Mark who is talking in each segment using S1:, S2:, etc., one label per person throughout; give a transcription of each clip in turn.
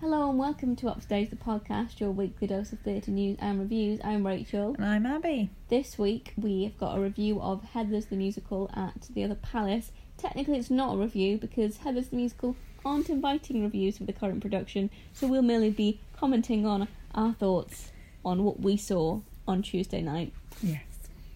S1: Hello and welcome to Upstage the podcast, your weekly dose of theatre news and reviews. I'm Rachel.
S2: And I'm Abby.
S1: This week we have got a review of Heather's the Musical at the Other Palace. Technically, it's not a review because Heather's the Musical aren't inviting reviews for the current production, so we'll merely be commenting on our thoughts on what we saw on Tuesday night.
S2: Yes.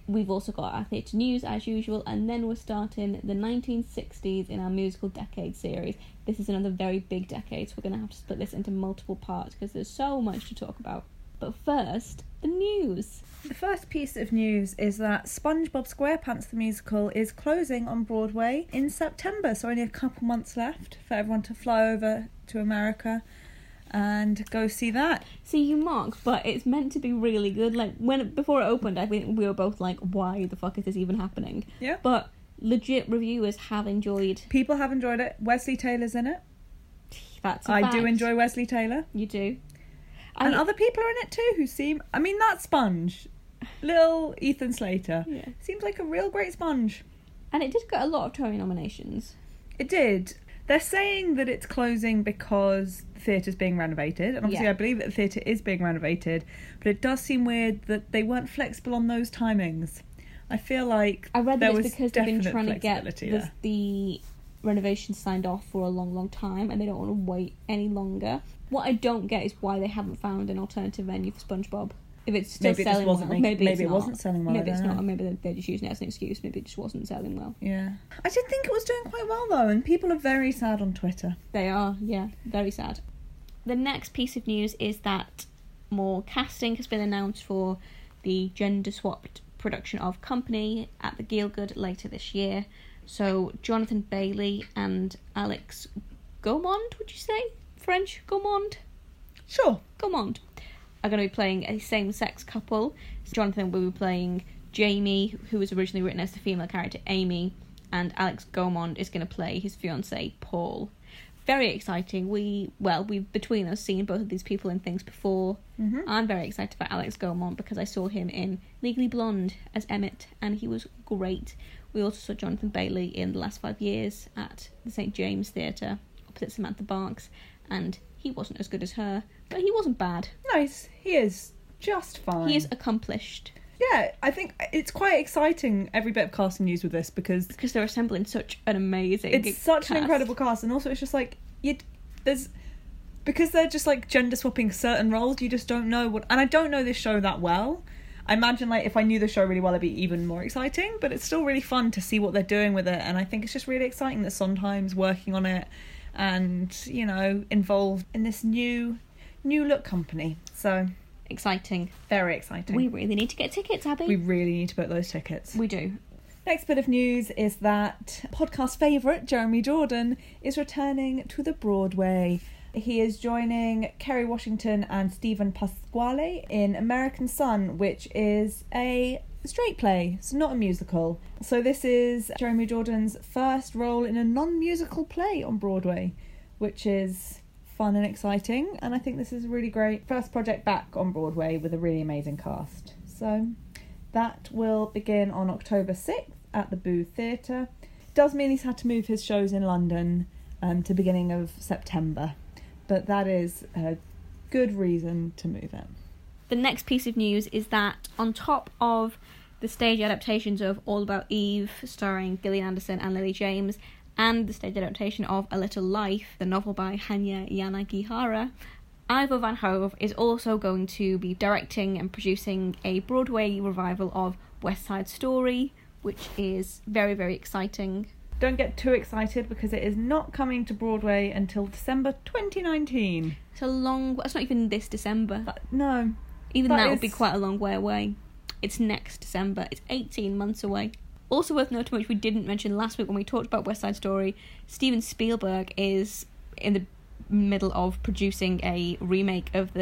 S1: We've also got our theatre news as usual, and then we're starting the 1960s in our musical decade series. This is another very big decade, so we're going to have to split this into multiple parts because there's so much to talk about. But first, the news.
S2: The first piece of news is that SpongeBob SquarePants the musical is closing on Broadway in September, so only a couple months left for everyone to fly over to America and go see that.
S1: See, you mock, but it's meant to be really good. Like when before it opened, I think we were both like, "Why the fuck is this even happening?"
S2: Yeah.
S1: But legit reviewers have enjoyed.
S2: People have enjoyed it. Wesley Taylor's in it.
S1: That's a
S2: I
S1: fact.
S2: do enjoy Wesley Taylor.
S1: You do.
S2: And
S1: I-
S2: other people are in it too who seem I mean that sponge. Little Ethan Slater.
S1: Yeah.
S2: Seems like a real great sponge.
S1: and it did get a lot of Tony nominations.
S2: It did. They're saying that it's closing because the theatre's being renovated, and obviously
S1: Yeah.
S2: I believe that the theatre is being renovated, but it does seem weird that they weren't flexible on those timings. I feel like
S1: I read
S2: there
S1: that it's
S2: was
S1: because they've been
S2: definite
S1: trying to get
S2: flexibility
S1: the,
S2: there.
S1: the renovation signed off for a long, long time, and they don't want to wait any longer. What I don't get is why they haven't found an alternative venue for SpongeBob. If it's still
S2: Maybe it just
S1: selling
S2: wasn't
S1: well,
S2: making-
S1: maybe, it's
S2: maybe it
S1: not.
S2: wasn't selling well, I
S1: Maybe it's
S2: don't
S1: not.
S2: know.
S1: Maybe they're- they're just using it as an excuse. Maybe it just wasn't selling well.
S2: Yeah, I did think it was doing quite well though, and people are very sad on Twitter.
S1: They are, yeah, very sad. The next piece of news is that more casting has been announced for the gender swapped production of Company at the Gielgud later this year. So Jonathan Bailey and Alex Gaumond, would you say French Gaumond?
S2: Sure,
S1: Gaumont are going to be playing a same sex couple. Jonathan will be playing Jamie, who was originally written as the female character Amy, and Alex Gaumont is going to play his fiance Paul. Very exciting. We well, we've between us seen both of these people in things before.
S2: Mm-hmm.
S1: I'm very excited about Alex Gaumont because I saw him in Legally Blonde as Emmett, and he was great. We also saw Jonathan Bailey in the last five years at the St James Theatre opposite Samantha Barks, and he wasn't as good as her, but he wasn't bad.
S2: nice. He is just fine.
S1: He is accomplished
S2: Yeah, I think it's quite exciting every bit of casting news with this because
S1: because they're assembling such an amazing.
S2: it's such an
S1: cast.
S2: incredible cast, and also it's just like you there's because they're just like gender swapping certain roles. You just don't know what, and I don't know this show that well. I imagine like if I knew the show really well, it'd be even more exciting. But it's still really fun to see what they're doing with it, and I think it's just really exciting that Sondheim's working on it, and you know involved in this new new look company. So
S1: exciting.
S2: very exciting.
S1: We
S2: We,
S1: really need to get tickets, Abby.
S2: we really need to book those tickets.
S1: we do.
S2: Next bit of news is that podcast favourite Jeremy Jordan is returning to the Broadway. He is joining Kerry Washington and Stephen Pasquale in American Son, which is a straight play, so not a musical. So, this is Jeremy Jordan's first role in a non musical play on Broadway, which is fun and exciting. And I think this is a really great first project back on Broadway with a really amazing cast. So, that will begin on October 6th at the Boo Theatre. Does mean he's had to move his shows in London um, to beginning of September, but that is a good reason to move it.
S1: The next piece of news is that on top of the stage adaptations of All About Eve, starring Gillian Anderson and Lily James, and the stage adaptation of A Little Life, the novel by Hanya Yanagihara, Ivor Van Hove is also going to be directing and producing a Broadway revival of West Side Story, which is very, very exciting.
S2: Don't get too excited because it is not coming to Broadway until December 2019.
S1: It's a long. It's not even this December.
S2: But Uh, no,
S1: Even
S2: That
S1: that, would be
S2: is-
S1: quite a long way away. It's next December. It's 18 months away. Also worth noting, which we didn't mention last week when we talked about West Side Story, Steven Spielberg is in the middle of producing a remake of the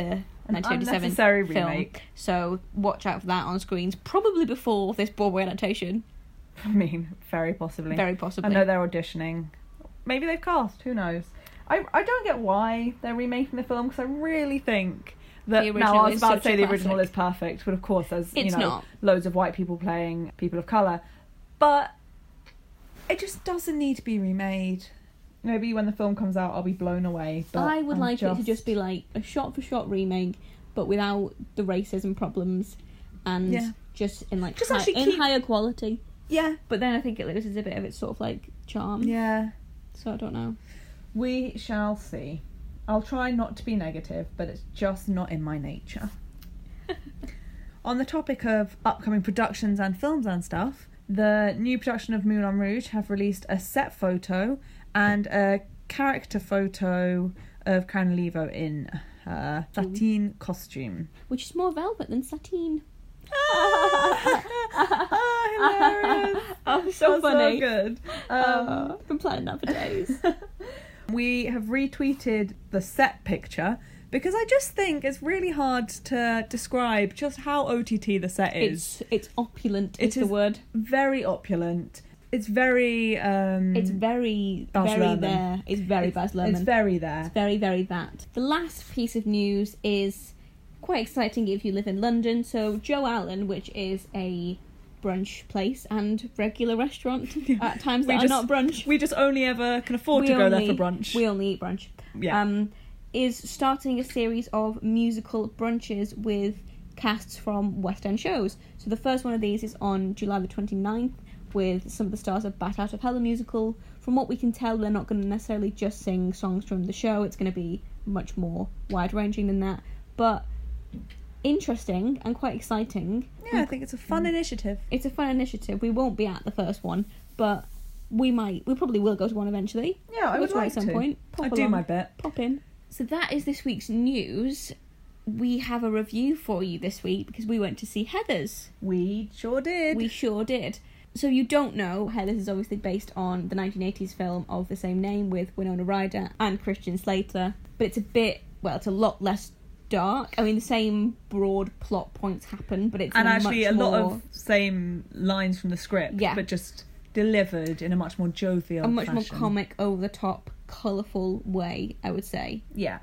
S2: An
S1: 1987
S2: unnecessary
S1: film.
S2: remake.
S1: So watch out for that on screens, probably before this Broadway adaptation,
S2: I mean, very possibly.
S1: very
S2: I
S1: possibly.
S2: know they're auditioning. Maybe they've cast. Who knows? I I don't get why they're remaking the film because I really think
S1: The
S2: that
S1: original
S2: now I was
S1: is
S2: about
S1: such
S2: to say
S1: a
S2: the original
S1: classic.
S2: is perfect, but of course there's you
S1: It's
S2: know
S1: not.
S2: loads of white people playing people of color, but it just doesn't need to be remade. maybe when the film comes out, I'll be blown away. But
S1: I would
S2: I'm
S1: like it to just be like a shot for shot remake, but without the racism problems, and
S2: Yeah.
S1: just in like
S2: Just
S1: hi-
S2: actually
S1: in
S2: keep-
S1: higher quality.
S2: yeah,
S1: But then I think it loses a bit of its sort of like charm.
S2: yeah.
S1: So I don't know.
S2: We shall see. I'll try not to be negative, but it's just not in my nature. On the topic of upcoming productions and films and stuff, the new production of Moulin Rouge have released a set photo and a character photo of Karen Levo in her sateen costume.
S1: Which is more velvet than sateen.
S2: Ah, hilarious.
S1: Oh, so
S2: That's
S1: funny.
S2: good. Um,
S1: Oh, I've been planning that for days.
S2: we have retweeted the set picture because I just think it's really hard to describe just how OTT the set is.
S1: it's it's opulent.
S2: It
S1: is, the
S2: is-
S1: word.
S2: very opulent. It's very. Um,
S1: It's very
S2: Baz
S1: very
S2: Luhrmann.
S1: there. It's very Baz Luhrmann.
S2: It's very there.
S1: It's very, very that. The last piece of news is quite exciting if you live in London. So, Joe Allen, which is a brunch place and regular restaurant at times
S2: We
S1: that
S2: just-
S1: are not brunch.
S2: We just only ever can afford
S1: We
S2: to go
S1: only-
S2: there for brunch.
S1: We only eat brunch.
S2: yeah.
S1: Um, is starting a series of musical brunches with casts from West End shows. So, the first one of these is on July the 29th with some of the stars of Bat Out of Hell the musical. From what we can tell, they're not going to necessarily just sing songs from the show. It's going to be much more wide ranging than that, but interesting and quite exciting.
S2: yeah, I think it's a
S1: mm.
S2: fun initiative.
S1: It's a fun initiative. We won't be at the first one, but we might. We probably will go to one eventually.
S2: Yeah, I
S1: We'll
S2: would
S1: try
S2: like
S1: at some
S2: to.
S1: point. Pop
S2: I do
S1: along.
S2: my bit.
S1: Pop in. So that is this week's news. We have a review for you this week because we went to see Heather's.
S2: We sure did.
S1: We sure did. So you don't know, Heather's is obviously based on the 1980s film of the same name with Winona Ryder and Christian Slater, but it's a bit, well, it's a lot less dark. I mean, the same broad plot points happen, but it's
S2: and
S1: in a
S2: actually, a
S1: much
S2: lot
S1: more-
S2: of same lines from the script,
S1: Yeah.
S2: but just delivered in a much more jovial,
S1: a much more
S2: fashion.
S1: comic, over the top, colourful way. I would say
S2: Yeah,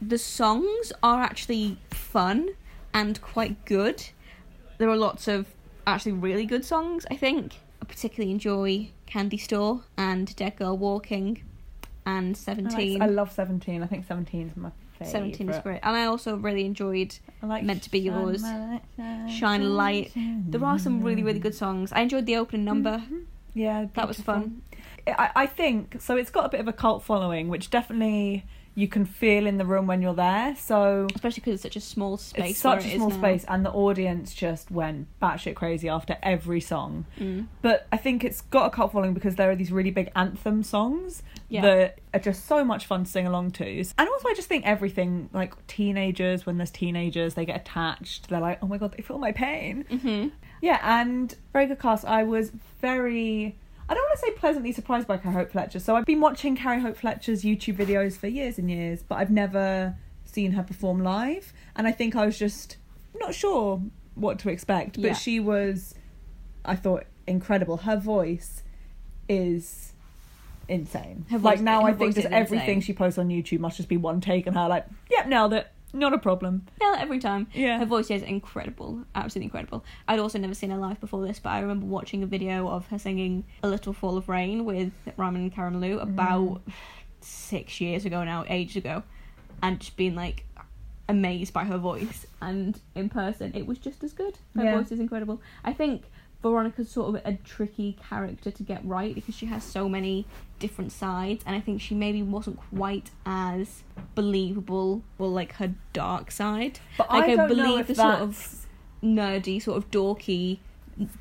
S1: the songs are actually fun and quite good. There are lots of actually really good songs. I think I particularly enjoy Candy Store and Dead Girl Walking and Seventeen.
S2: I love 17. I think 17 is my favourite.
S1: Seventeen is great, and I also really enjoyed
S2: I like
S1: Meant to Be Yours, Shine a Light. There are some really really good songs. I enjoyed the opening number.
S2: Mm-hmm. Yeah,
S1: That was
S2: beautiful.
S1: fun.
S2: I, I think so. It's got a bit of a cult following, which definitely you can feel in the room when you're there. So
S1: Especially because it's such a small space.
S2: it's such
S1: where it is
S2: a small
S1: now.
S2: space, and the audience just went batshit crazy after every song.
S1: Mm.
S2: But I think it's got a cult following because there are these really big anthem songs
S1: Yeah.
S2: that are just so much fun to sing along to. And also, I just think everything like teenagers, when there's teenagers, they get attached. They're like, oh my god, they feel my pain.
S1: hmm
S2: Yeah, and very good cast. I was very. I don't want to say pleasantly surprised by Carrie Hope Fletcher. So I've been watching Carrie Hope Fletcher's YouTube videos for years and years, but I've never seen her perform live. And I think I was just not sure what to expect. But
S1: Yeah.
S2: she was, I thought, incredible. Her voice is insane.
S1: Her
S2: like
S1: voice-
S2: now,
S1: her
S2: I think
S1: voice
S2: just
S1: is
S2: everything
S1: insane.
S2: she posts on YouTube must just be one take, and her like, yep, nailed it. Not a problem.
S1: Hell, every time.
S2: Yeah.
S1: Her voice is incredible, absolutely incredible. I'd also never seen her live before this, but I remember watching a video of her singing "A Little Fall of Rain" with Ramen Karamelu
S2: Mm.
S1: about six years ago now, ages ago, and just being like amazed by her voice. And in person, it was just as good. Her
S2: Yeah.
S1: voice is incredible. I think Veronica's sort of a tricky character to get right because she has so many different sides, and I think she maybe wasn't quite as believable, well, like her dark side
S2: But
S1: Like, I
S2: I don't know
S1: believe
S2: if
S1: the sort of-
S2: that's-
S1: nerdy, sort of dorky,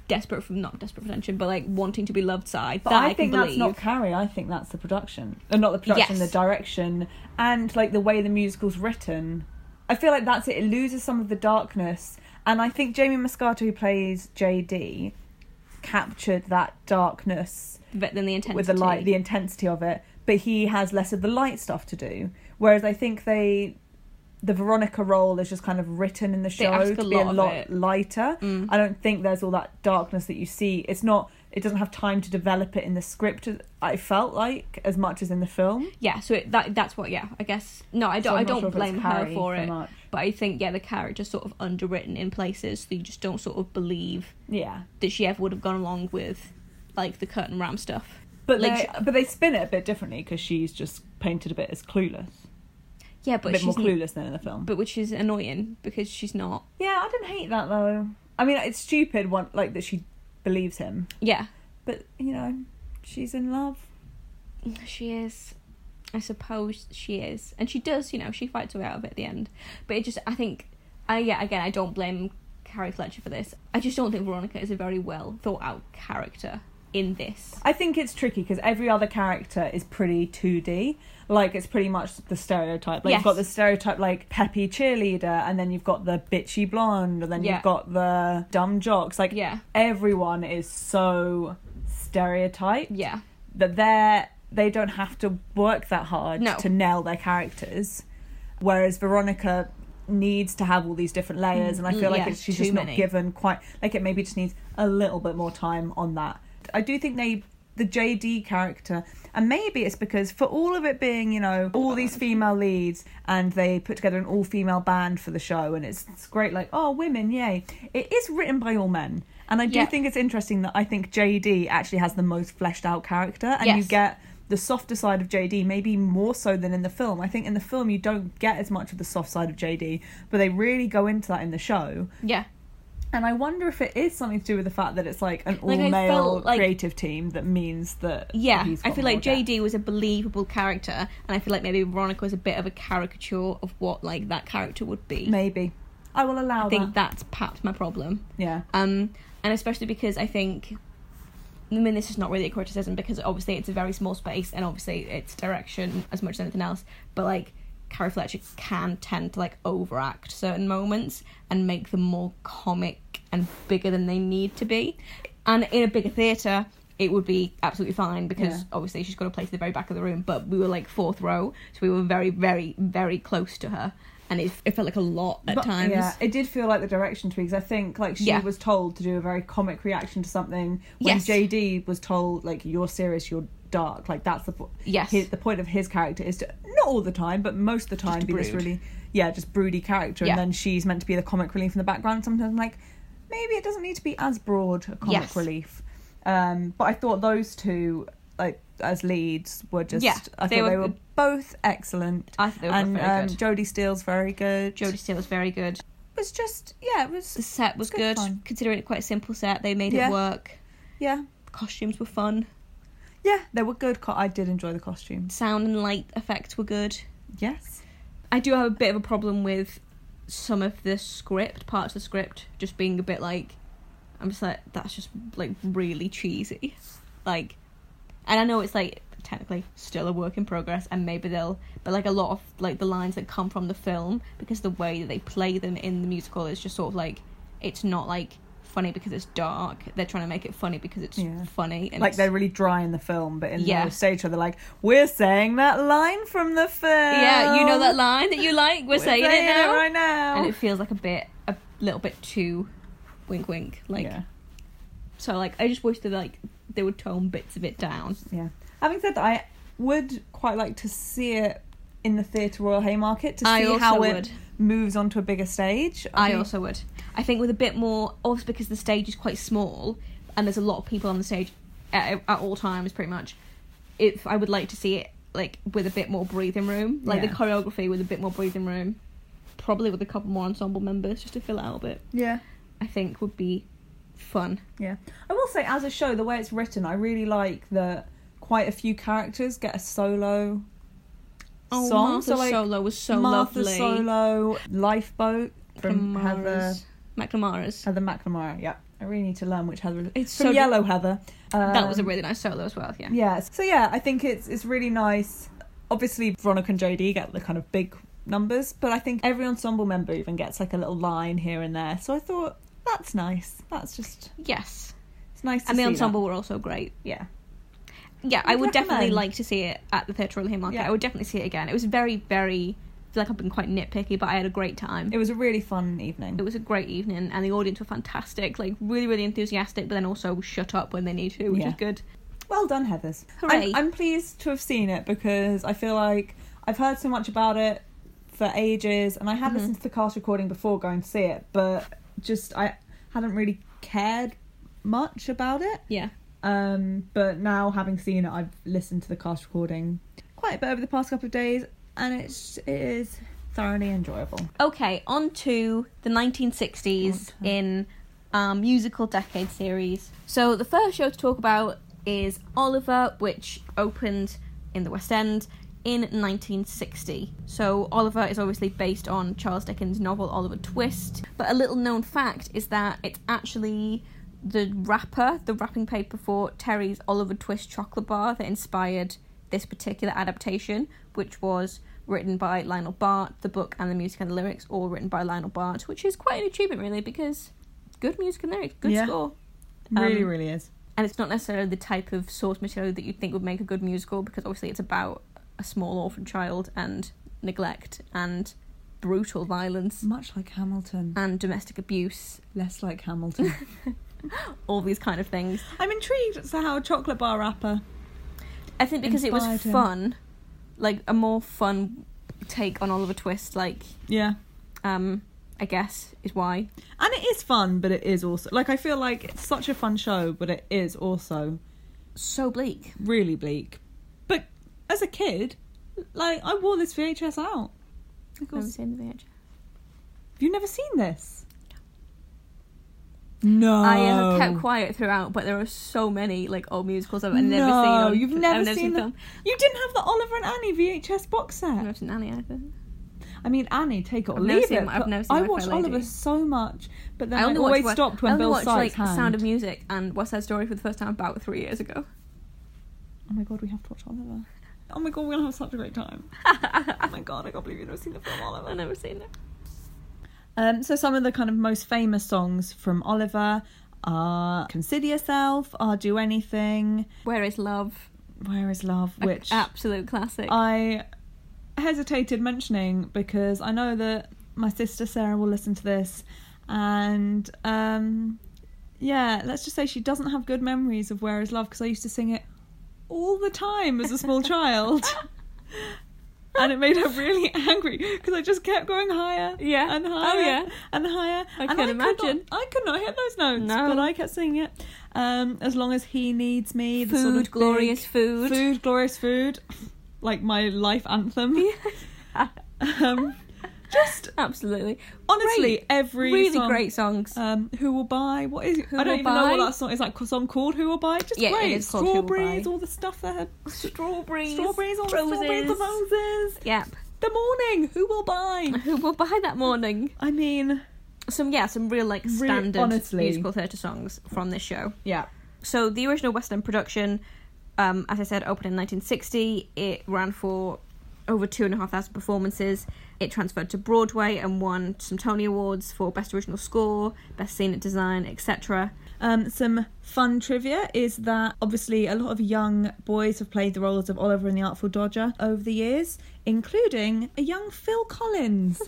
S1: desperate for not desperate for attention, but like wanting to be loved side.
S2: But
S1: that
S2: I,
S1: I,
S2: think
S1: can
S2: that's
S1: believe.
S2: not Carrie. I think that's the production, and not the production,
S1: Yes.
S2: the direction, and like the way the musical's written. I feel like that's it. It loses some of the darkness, and I think Jamie Moscato, who plays JD, captured that darkness
S1: but then the intensity.
S2: with the light, the intensity of it. But he has less of the light stuff to do. Whereas I think they, the Veronica role is just kind of written in the show
S1: ask a
S2: to be
S1: lot
S2: a
S1: of
S2: lot
S1: it.
S2: lighter.
S1: Mm.
S2: I don't think there's all that darkness that you see. It's not. It doesn't have time to develop it in the script. I felt like as much as in the film.
S1: yeah, so it, that that's what. Yeah, I guess no, I
S2: So
S1: don't.
S2: I'm
S1: I
S2: not
S1: don't
S2: sure if it's
S1: blame her
S2: Carrie
S1: for it,
S2: Much.
S1: but I think yeah, the character's sort of underwritten in places, so you just don't sort of believe
S2: Yeah,
S1: that she ever would have gone along with like the curtain ram stuff.
S2: But
S1: Like
S2: they but they spin it a bit differently because she's just painted a bit as clueless,
S1: yeah,
S2: a
S1: but
S2: bit
S1: she's
S2: more
S1: n-
S2: clueless than in the film.
S1: but which is annoying because she's not.
S2: yeah, I didn't hate that though. I mean, it's stupid one like that she believes him,
S1: Yeah,
S2: but you know, she's in love.
S1: she is. I suppose she is, and she does. You know, she fights her way out of it at the end. But it just, I think, I yeah, again, I don't blame Carrie Fletcher for this. I just don't think Veronica is a very well thought out character in this.
S2: I think it's tricky because every other character is pretty 2D. Like, it's pretty much the stereotype. Like,
S1: Yes.
S2: you've got the stereotype, like, peppy cheerleader, and then you've got the bitchy blonde, and then
S1: Yeah.
S2: you've got the dumb jocks. Like,
S1: Yeah,
S2: everyone is so stereotyped
S1: yeah.
S2: that they're, they don't have to work that hard
S1: No.
S2: to nail their characters. Whereas Veronica needs to have all these different layers, and I feel
S1: Mm. Yeah,
S2: like it's, she's
S1: too
S2: just
S1: many.
S2: not given quite, like, it maybe just needs a little bit more time on that. I do think they, the JD character, and maybe it's because for all of it being, you know, all these female leads, and they put together an all female band for the show, and it's, it's great, like, oh, women, yay. It is written by all men. And I do
S1: Yeah.
S2: think it's interesting that I think JD actually has the most fleshed out character, and you
S1: Yes.
S2: get the softer side of JD, maybe more so than in the film. I think in the film you don't get as much of the soft side of JD, but they really go into that in the show.
S1: Yeah,
S2: And I wonder if it is something to do with the fact that it's like an all
S1: Like, I
S2: male
S1: felt like-
S2: creative team that means that
S1: yeah.
S2: he's
S1: I
S2: got
S1: feel
S2: more
S1: like
S2: depth.
S1: JD was a believable character, and I feel like maybe Veronica was a bit of a caricature of what like that character would be.
S2: maybe I will allow
S1: I think
S2: that.
S1: that's perhaps my problem.
S2: Yeah,
S1: Um, and especially because I think, I mean, this is not really a criticism because obviously it's a very small space and obviously it's direction as much as anything else. But like, Carrie Fletcher can tend to like overact certain moments and make them more comic and bigger than they need to be. And in a bigger theatre, it would be absolutely fine because
S2: Yeah.
S1: obviously she's got a place at the very back of the room. But we were like fourth row, so we were very, very, very close to her, and it, it felt like a lot at
S2: But-
S1: times.
S2: Yeah, it did feel like the direction to me because I think like she
S1: Yeah.
S2: was told to do a very comic reaction to something when
S1: Yes.
S2: JD was told like you're serious, you're dark. Like that's the po-
S1: Yes.
S2: his, the point of his character is to not all the time, but most of the time
S1: to
S2: be this
S1: brood.
S2: really yeah just broody character,
S1: Yeah.
S2: and then she's meant to be the comic relief in the background. Sometimes I'm like maybe it doesn't need to be as broad a comic
S1: Yes.
S2: relief. Um, but I thought those two like as leads were just
S1: Yeah,
S2: I
S1: they
S2: thought
S1: were
S2: they were
S1: good.
S2: both excellent.
S1: I thought they were both
S2: and
S1: very
S2: um,
S1: good.
S2: Jodie Steele's very good.
S1: Jodie Steele was very good.
S2: It was just yeah, it was
S1: The set was
S2: It's
S1: good,
S2: good fun.
S1: considering it's quite a simple set. They made
S2: Yeah.
S1: it work.
S2: yeah.
S1: Costumes were fun.
S2: Yeah, they were good. Co- I did enjoy the costumes.
S1: Sound and light effects were good.
S2: Yes.
S1: I do have a bit of a problem with some of the script, parts of the script, just being a bit like, I'm just like, that's just like really cheesy. Like, and I know it's like technically still a work in progress, and maybe they'll, but like a lot of like the lines that come from the film, because the way that they play them in the musical is just sort of like, it's not like funny because it's dark. They're trying to make it funny because it's
S2: Yeah.
S1: funny. And
S2: like
S1: it's-
S2: they're really dry in the film, but in
S1: Yeah.
S2: the stage show they're like, "We're saying that line from the film."
S1: yeah, you know that line that you like. We're,
S2: We're
S1: saying, it now.
S2: right now.
S1: and it feels like a bit a little bit too wink wink like
S2: yeah.
S1: so like i just wish that like they would tone bits of it down
S2: yeah. Having said that, I would quite like to see it in the Theatre Royal Haymarket to see
S1: I also
S2: how
S1: would.
S2: it moves onto a bigger stage.
S1: i
S2: mean,
S1: also would i think with a bit more also because the stage is quite small and there's a lot of people on the stage at, at all times pretty much if i would like to see it like with a bit more breathing room like
S2: Yeah.
S1: the choreography with a bit more breathing room probably with a couple more ensemble members just to fill it out a bit
S2: yeah.
S1: i think would be fun
S2: Yeah. I will say, as a show, the way it's written, I really like that quite a few characters get a solo
S1: oh
S2: song.
S1: Martha's
S2: so, like,
S1: solo was so
S2: Martha
S1: lovely
S2: Solo, Lifeboat from Heather,
S1: McNamara's- McNamara's.
S2: Heather McNamara. Yeah, I really need to learn which Heather. it
S1: It's
S2: is. from
S1: so-
S2: Yellow Heather.
S1: that was a
S2: Um,
S1: really nice solo as well. Yeah.
S2: yeah. So yeah, I think it's it's really nice. Obviously, Veronica and JD get the kind of big numbers, but I think every ensemble member even gets like a little line here and there. So I thought that's nice. That's just
S1: Yes.
S2: it's nice. To
S1: And the
S2: see that.
S1: ensemble were also great.
S2: Yeah.
S1: Yeah, I
S2: I'd
S1: would definitely
S2: recommend.
S1: like to see it at the Theatre Royal Haymarket.
S2: Yeah.
S1: I would definitely see it again. It was very, very. I feel like I've been quite nitpicky, but I had a great time.
S2: It was a really fun evening.
S1: It was a great evening, and the audience were fantastic. Like really, really enthusiastic, but then also shut up when they need to, which
S2: Yeah.
S1: is good.
S2: Well done, Heathers.
S1: Hooray.
S2: I'm, I'm pleased to have seen it because I feel like I've heard so much about it for ages, and I had
S1: Mhm.
S2: listened to the cast recording before going to see it, but just I hadn't really cared much about it.
S1: Yeah.
S2: Um, but now, having seen it, I've listened to the cast recording quite a bit over the past couple of days, and it's it is thoroughly enjoyable.
S1: Okay, on to the 1960s
S2: On to-
S1: in our musical decade series. So the first show to talk about is Oliver, which opened in the West End in 1960. So Oliver is obviously based on Charles Dickens' novel Oliver Twist, but a little known fact is that it's actually the wrapper, the wrapping paper for Terry's Oliver Twist chocolate bar that inspired this particular adaptation, which was written by Lionel Bart, the book and the music and the lyrics all written by Lionel Bart, which is quite an achievement really because good music and lyrics, good
S2: Yeah.
S1: score.
S2: Really,
S1: Um,
S2: really is.
S1: And it's not necessarily the type of source material that you'd think would make a good musical because obviously it's about a small orphan child and neglect and brutal violence
S2: Much like Hamilton,
S1: and domestic abuse,
S2: less like Hamilton.
S1: all these kind of things.
S2: I'm intrigued as to how a chocolate bar wrapper.
S1: I think because it was
S2: Inspired him.
S1: fun, like a more fun take on Oliver Twist, like
S2: Yeah.
S1: um, I guess is why.
S2: And it is fun, but it is also like I feel like it's such a fun show, but it is also
S1: So bleak.
S2: really bleak. But as a kid, like I wore this VHS out. Like,
S1: Never
S2: I was-
S1: seen the VHS.
S2: Have you never seen this? No.
S1: I have kept
S2: Um,
S1: quiet throughout, but there are so many like old musicals I've never seen.
S2: No,
S1: on-
S2: you've
S1: I've
S2: never
S1: film.
S2: seen them. You didn't have the Oliver and Annie VHS box
S1: I've
S2: set.
S1: never seen Nanny either.
S2: I mean, Annie, take it or
S1: I've never
S2: leave
S1: seen-
S2: it.
S1: I've
S2: but
S1: never seen
S2: I
S1: My Fair
S2: watched
S1: Lady.
S2: Oliver so much, but then
S1: I
S2: I,
S1: only
S2: always
S1: watched,
S2: stopped
S1: I
S2: when
S1: only
S2: Bill
S1: watched
S2: Sykes
S1: like
S2: hand.
S1: Sound of Music and West Side Story for the first time about three years ago.
S2: Oh my god, we have to watch Oliver. Oh my god, we're gonna have such a great time. oh my god, I can't believe you've never seen the film Oliver.
S1: I've never seen it.
S2: Um, so some of the kind of most famous songs from Oliver are "Consider Yourself," "I'll Do Anything,"
S1: Where is Love?
S2: "Where Is Love,"
S1: A
S2: which Uh,
S1: absolute classic.
S2: I hesitated mentioning because I know that my sister Sarah will listen to this, and um, yeah, let's just say she doesn't have good memories of "Where Is Love" because I used to sing it all the time as a small child. And it made her really angry because I just kept going higher
S1: Yeah.
S2: and
S1: Oh,
S2: higher
S1: yeah.
S2: and higher.
S1: I
S2: and
S1: can
S2: Could
S1: imagine.
S2: not, I could not hit those notes,
S1: No.
S2: but I kept singing it. Um, as long as he needs me,
S1: food,
S2: the sort of big-
S1: glorious food.
S2: Food, glorious food. Like my life anthem. Um, just
S1: absolutely.
S2: honestly,
S1: Great.
S2: every
S1: really
S2: song-
S1: great songs.
S2: Um, who will buy? What is? it?
S1: Who
S2: I don't
S1: Will
S2: even know
S1: Buy?
S2: what that song is. Like a song called "Who Will Buy." Just
S1: Yeah, it
S2: great.
S1: is called Who Will
S2: strawberries,
S1: Buy.
S2: all the stuff that had
S1: strawberries,
S2: strawberries, all the strawberries, the roses.
S1: Yep.
S2: The morning, who will buy?
S1: Who will buy that morning?
S2: I mean,
S1: Some yeah, some real like
S2: Really-
S1: standard
S2: honestly.
S1: musical theatre songs from this show.
S2: yeah,
S1: So the original West End production, um, as I said, opened in 1960. It ran for over two and a half thousand performances. It transferred to Broadway and won some Tony Awards for Best Original Score, Best Scenic Design, etc.
S2: Um, some fun trivia is that obviously a lot of young boys have played the roles of Oliver and the Artful Dodger over the years, including a young Phil Collins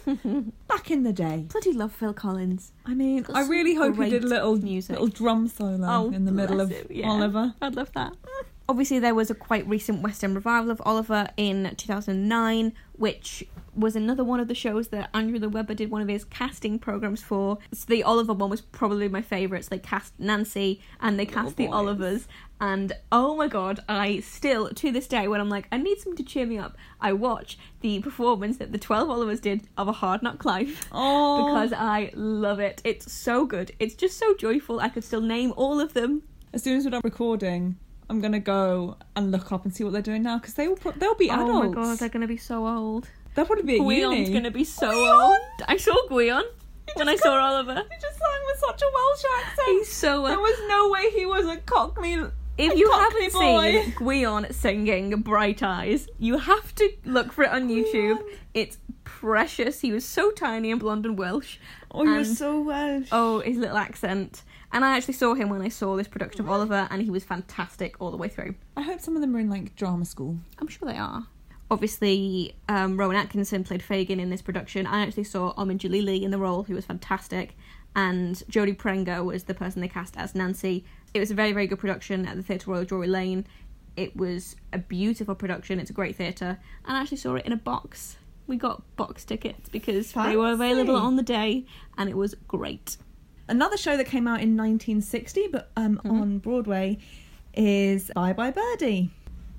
S2: back in the day.
S1: Bloody love Phil Collins.
S2: I mean,
S1: Got
S2: I
S1: some
S2: really hope he did a
S1: great
S2: little
S1: music. Oh,
S2: little drum solo in the middle
S1: bless
S2: of
S1: him, yeah.
S2: Oliver.
S1: I'd love that. Obviously, there was a quite recent West End revival of Oliver in 2009, which was another one of the shows that Andrew Webber did one of his casting programs for. So the Oliver one was probably my favourite. So they cast Nancy and they cast the
S2: boys.
S1: Olivers. And oh my god, I still, to this day, when I'm like, I need something to cheer me up, I watch the performance that the 12 Olivers did of A Hard Knock Life
S2: Oh,
S1: because I love it. It's so good. It's just so joyful. I could still name all of them.
S2: as soon as we're done recording, I'm gonna go and look up and see what they're doing now because they will pro- they'll be adults.
S1: Oh my god, they're gonna be so old.
S2: they'll probably be at
S1: Gwion's
S2: uni.
S1: gonna be so
S2: Gwion?
S1: old. I saw Gwion when I
S2: just
S1: saw Oliver.
S2: He just sang with such a Welsh accent.
S1: He's so
S2: There
S1: old.
S2: was no way he was a Cockney.
S1: If you
S2: Cockney
S1: haven't
S2: boy.
S1: seen Gwion singing Bright Eyes, you have to look for it on YouTube.
S2: Gwion.
S1: It's precious. He was so tiny and blonde and Welsh.
S2: Oh, you were
S1: And-
S2: so Welsh.
S1: Oh, his little accent. And I actually saw him when I saw this production of Oliver, and he was fantastic all the way through.
S2: I hope some of them are in like drama school.
S1: I'm sure they are. Obviously, um, Rowan Atkinson played Fagin in this production. I actually saw Armin Jalili in the role, who was fantastic, and Jodie Prenger was the person they cast as Nancy. It was a very, very good production at the Theatre Royal Drury Lane. It was a beautiful production. It's a great theatre, and I actually saw it in a box. We got box tickets because they were available
S2: Fancy.
S1: on the day, and it was great.
S2: Another show that came out in 1960, but um, on Broadway, is Bye Bye Birdie.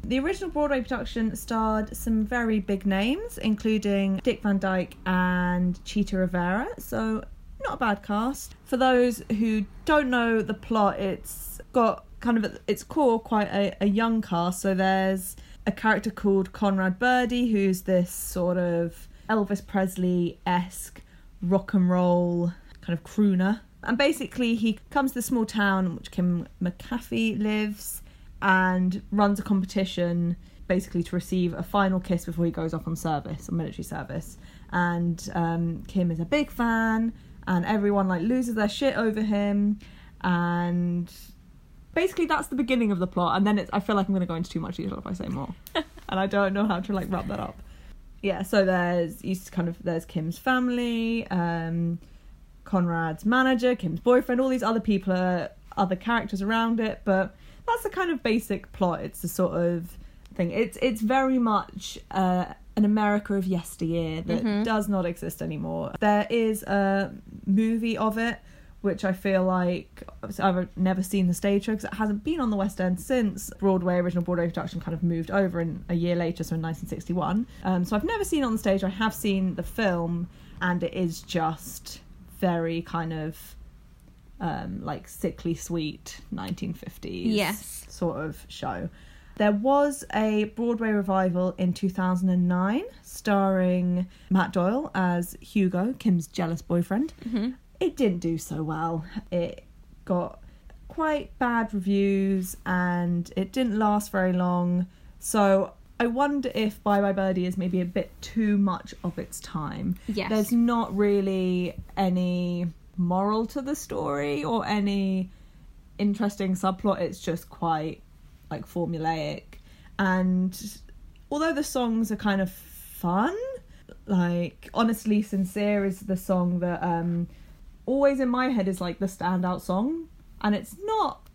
S2: The original Broadway production starred some very big names, including Dick Van Dyke and Cheetah Rivera, so not a bad cast. For those who don't know the plot, it's got kind of at its core quite a, a young cast, so there's a character called Conrad Birdie, who's this sort of Elvis Presley esque rock and roll kind of crooner. And basically, he comes to the small town in which Kim McAfee lives and runs a competition basically to receive a final kiss before he goes off on service, on military service. And um, Kim is a big fan, and everyone like loses their shit over him. And basically, that's the beginning of the plot. And then it's, I feel like I'm going to go into too much detail if I say more, and I don't know how to like wrap that up yeah so there's you s- kind of there's kim's family um conrad's manager kim's boyfriend all these other people are other characters around it but that's the kind of basic plot it's the sort of thing it's it's very much uh an America of yesteryear that
S1: Mhm.
S2: does not exist anymore. There is a movie of it, which I feel like obviously I've never seen the stage show because it hasn't been on the West End since Broadway original Broadway production kind of moved over in a year later, so in 1961. Um, so I've never seen it on the stage. I have seen the film, and it is just very kind of um, like sickly sweet 1950s
S1: Yes.
S2: sort of show. There was a Broadway revival in 2009 starring Matt Doyle as Hugo, Kim's jealous boyfriend.
S1: Mhm.
S2: It didn't do so well. It got quite bad reviews and it didn't last very long. So I wonder if Bye Bye Birdie is maybe a bit too much of its time.
S1: Yes.
S2: There's not really any moral to the story or any interesting subplot. It's just quite like formulaic. And although the songs are kind of fun, like Honestly Sincere is the song that um always in my head is like the standout song and it's not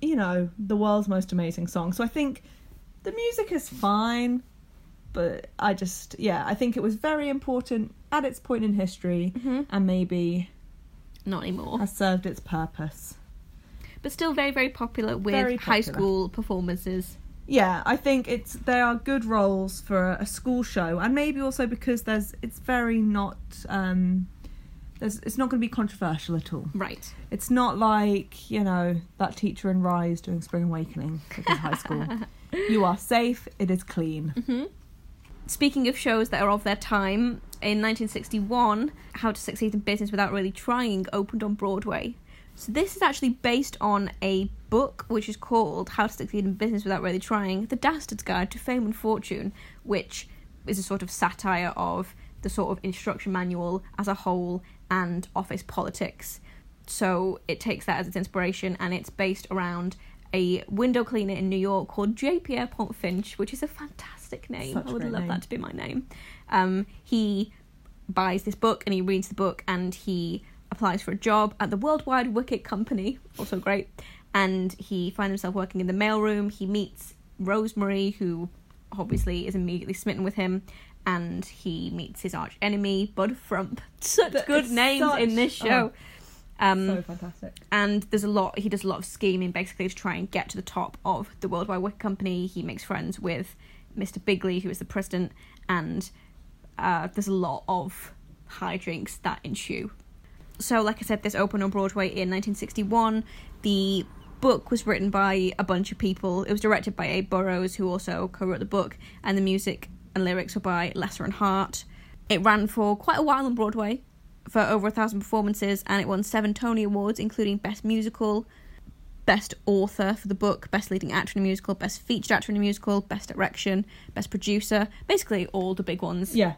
S2: you know the world's most amazing song. So I think the music is fine, but I just yeah, I think it was very important at its point in history
S1: Mhm.
S2: and maybe
S1: Not anymore.
S2: has served its purpose.
S1: but still very very popular with
S2: Very
S1: high
S2: popular.
S1: school performances
S2: Yeah, I think it's they are good roles for a, a school show, and maybe also because there's it's very not um, there's it's not going to be controversial at all.
S1: right
S2: It's not like you know that teacher in Rise doing Spring Awakening at his high school. You are safe. It is clean.
S1: hmm speaking of shows that are of their time in 1961 how to succeed in business without really trying opened on broadway so this is actually based on a book which is called how to succeed in business without really trying the dastard's guide to fame and fortune which is a sort of satire of the sort of instruction manual as a whole and office politics so it takes that as its inspiration and it's based around a window cleaner in New York called J. Pierre Pontfinch, which is a fantastic name.
S2: Such a
S1: I would
S2: great
S1: love
S2: name.
S1: that to be my name. Um, he buys this book and he reads the book and he applies for a job at the Worldwide Wicket Company, also great. And he finds himself working in the mailroom. He meets Rosemary, who obviously is immediately smitten with him. And he meets his arch enemy, Bud Frump. Such
S2: That
S1: good
S2: is
S1: names in
S2: such-
S1: this show. um,
S2: so fantastic.
S1: and there's a lot he does a lot of scheming basically to try and get to the top of the world wide wick company he makes friends with mr bigley who is the president and uh, there's a lot of high drinks that ensue so like i said this opened on broadway in 1961 the book was written by a bunch of people it was directed by abe burrows who also co-wrote the book and the music and lyrics were by lesser and hart it ran for quite a while on broadway for over a thousand performances and it won seven Tony Awards, including Best Musical, Best Author for the book, Best Leading Actor in a Musical, Best Featured Actor in a Musical, Best Direction, Best Producer, basically all the big ones.
S2: Yeah,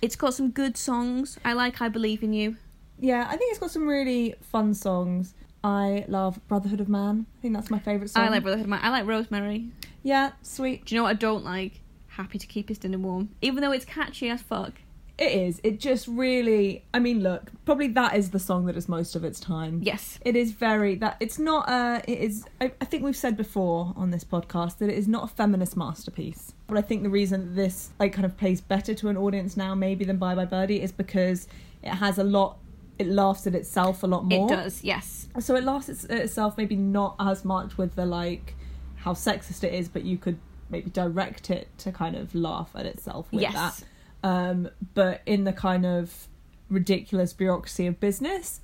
S1: It's got some good songs. I like I Believe in You.
S2: yeah. I think it's got some really fun songs. I love Brotherhood of Man. I think that's my favourite song.
S1: I like Brotherhood of Mine. I like Rosemary.
S2: Yeah, sweet.
S1: Do you know what I don't like? Happy to keep his dinner warm. Even though it's catchy as fuck.
S2: It is. It just really. I mean, look. Probably that is the song that is most of its time.
S1: Yes.
S2: It is very that. It's not a. It is. I, I think we've said before on this podcast that it is not a feminist masterpiece. But I think the reason this like kind of plays better to an audience now maybe than Bye Bye Birdie is because it has a lot it laughs at itself a lot more.
S1: It does, yes.
S2: So it laughs its, at itself maybe not as much with the like how sexist it is, but you could maybe direct it to kind of laugh at itself with
S1: yes.
S2: that. Um, but in the kind of ridiculous bureaucracy of business,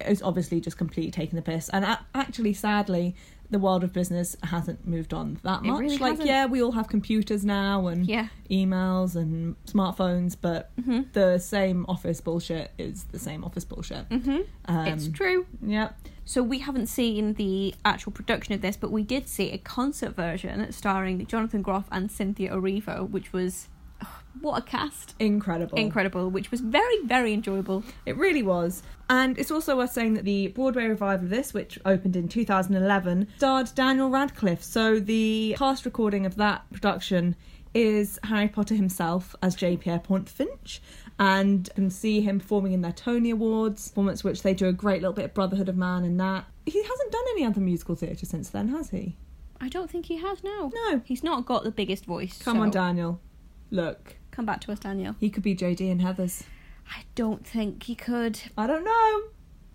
S2: it's obviously just completely taking the piss. And a- actually, sadly, the world of business hasn't moved on that
S1: It
S2: much.
S1: really
S2: like,
S1: hasn't.
S2: yeah, we all have computers now and
S1: Yeah.
S2: emails and smartphones, but
S1: hmm
S2: the same office bullshit is the same office bullshit.
S1: hmm
S2: Um,
S1: it's true.
S2: Yep.
S1: So we haven't seen the actual production of this, but we did see a concert version starring Jonathan Groff and Cynthia Erivo, which was oh, what a cast.
S2: Incredible.
S1: Incredible, which was very, very enjoyable.
S2: It really was. And it's also worth saying that the Broadway revival of this, which opened in 2011, starred Daniel Radcliffe. So the cast recording of that production is Harry Potter himself as J. Pierre Pontfinch. And you can see him performing in their Tony Awards, performance which they do a great little bit of Brotherhood of Man and that. He hasn't done any other musical theatre since then, has he?
S1: I don't think he has now.
S2: No.
S1: He's not got the biggest voice.
S2: Come
S1: so
S2: on, Daniel. Look,
S1: Come back to us, Daniel.
S2: he could be JD and Heathers.
S1: I don't think he could.
S2: I don't know.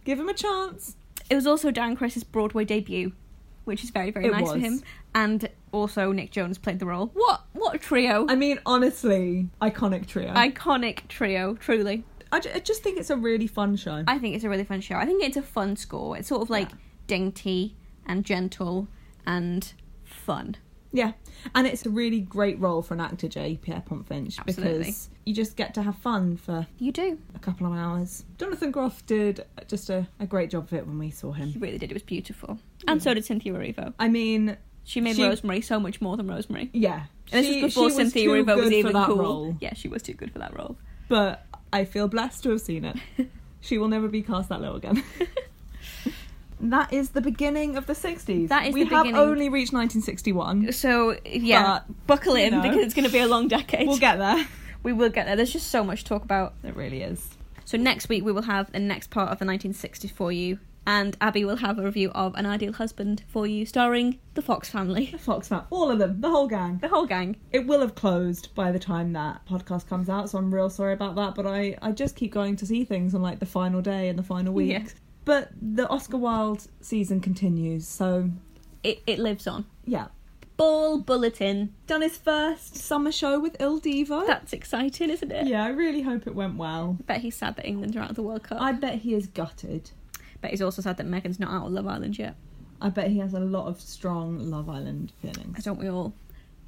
S2: Give him a chance.
S1: It was also Dan Chris's Broadway debut, which is very, very
S2: It
S1: nice for
S2: was.
S1: him. And also Nick Jones played the role. What what a trio.
S2: I mean, honestly, iconic trio.
S1: Iconic trio, truly.
S2: I, ju- I just think it's a really fun show.
S1: I think it's a really fun show. I think it's a fun score. It's sort of like
S2: Yeah.
S1: dainty and gentle and fun.
S2: yeah, and it's a really great role for an actor, J. Pierre Pontfinch,
S1: Absolutely.
S2: because you just get to have fun for
S1: You do.
S2: a couple of hours. Jonathan Groff did just a, a great job of it when we saw
S1: You
S2: him.
S1: really did. It was beautiful. And so did Cynthia Erivo.
S2: I mean,
S1: She made
S2: She-
S1: Rosemary so much more than Rosemary.
S2: yeah,
S1: And this
S2: she,
S1: was before
S2: she
S1: Cynthia
S2: too
S1: Erivo was
S2: good
S1: even
S2: for that
S1: cool.
S2: role,
S1: Yeah, she was too good for that role.
S2: but I feel blessed to have seen it. she will never be cast that low again. That is the beginning of the 60s.
S1: That is
S2: we
S1: the
S2: have
S1: beginning.
S2: only reached 1961.
S1: So yeah, buckle
S2: you
S1: in
S2: know.
S1: because it's going to be a long decade.
S2: We'll get there.
S1: we will get there. There's just so much to talk about.
S2: It really is.
S1: So next week we will have the next part of the 1960s for you, and Abby will have a review of An Ideal Husband for you, starring the Fox family,
S2: The Fox Fam, all of them, the whole gang.
S1: the whole gang.
S2: It will have closed by the time that podcast comes out, so I'm real sorry about that. But I, I just keep going to see things on like the final day and the final week.
S1: Yeah.
S2: But the Oscar Wilde season continues, so
S1: It it lives on.
S2: yeah.
S1: Ball bulletin.
S2: Done his first summer show with Il Divo.
S1: That's exciting, isn't it?
S2: yeah, I really hope it went well.
S1: I bet he's sad that England are out of the World Cup.
S2: I bet he is gutted.
S1: bet he's also sad that Megan's not out of Love Island yet.
S2: I bet he has a lot of strong Love Island
S1: As
S2: feelings.
S1: Don't we all?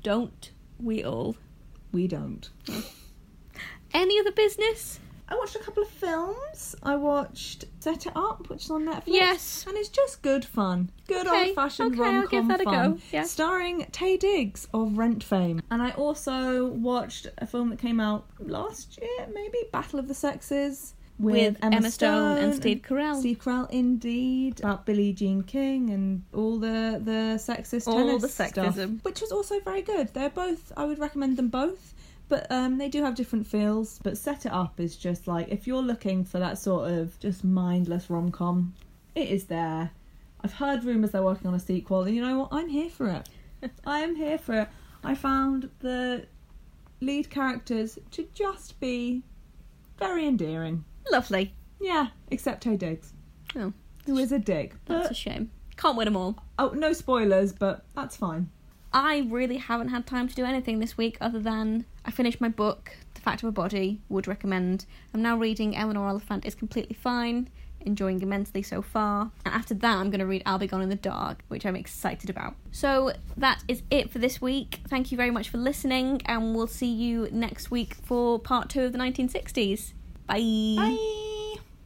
S1: Don't we all?
S2: We don't.
S1: Any other business?
S2: I watched a couple of films. I watched Set It Up, which is on Netflix.
S1: Yes.
S2: And it's just good fun. Good
S1: Okay,
S2: old fashioned
S1: okay, I'll
S2: rom com
S1: give that a
S2: fun.
S1: go, yeah.
S2: Starring Tay Diggs of Rent fame. And I also watched a film that came out last year, maybe Battle of the Sexes. With, Emma, Stone,
S1: and Steve Carell.
S2: Steve Carell, indeed. About Billie Jean King and all the, the sexist
S1: All
S2: tennis
S1: the
S2: stuff,
S1: sexism.
S2: which was also very good. They're both, I would recommend them both, but um, they do have different feels. But Set It Up is just like, if you're looking for that sort of just mindless rom com, it is there. I've heard rumours they're working on a sequel, and you know what? I'm here for it. I am here for it. I found the lead characters to just be very endearing.
S1: Lovely.
S2: Yeah, except Toe Diggs.
S1: Oh.
S2: Who is a dick.
S1: That's
S2: But-
S1: a shame. Can't win them all.
S2: oh, no spoilers, but that's fine.
S1: I really haven't had time to do anything this week other than I finished my book, The Fact of a Body, would recommend. I'm now reading Eleanor Oliphant is Completely Fine, enjoying immensely so far. And after that, I'm going to read I'll Be Gone in the Dark, which I'm excited about. So that is it for this week. Thank you very much for listening, and we'll see you next week for part two of the 1960s. Bye.
S2: Bye.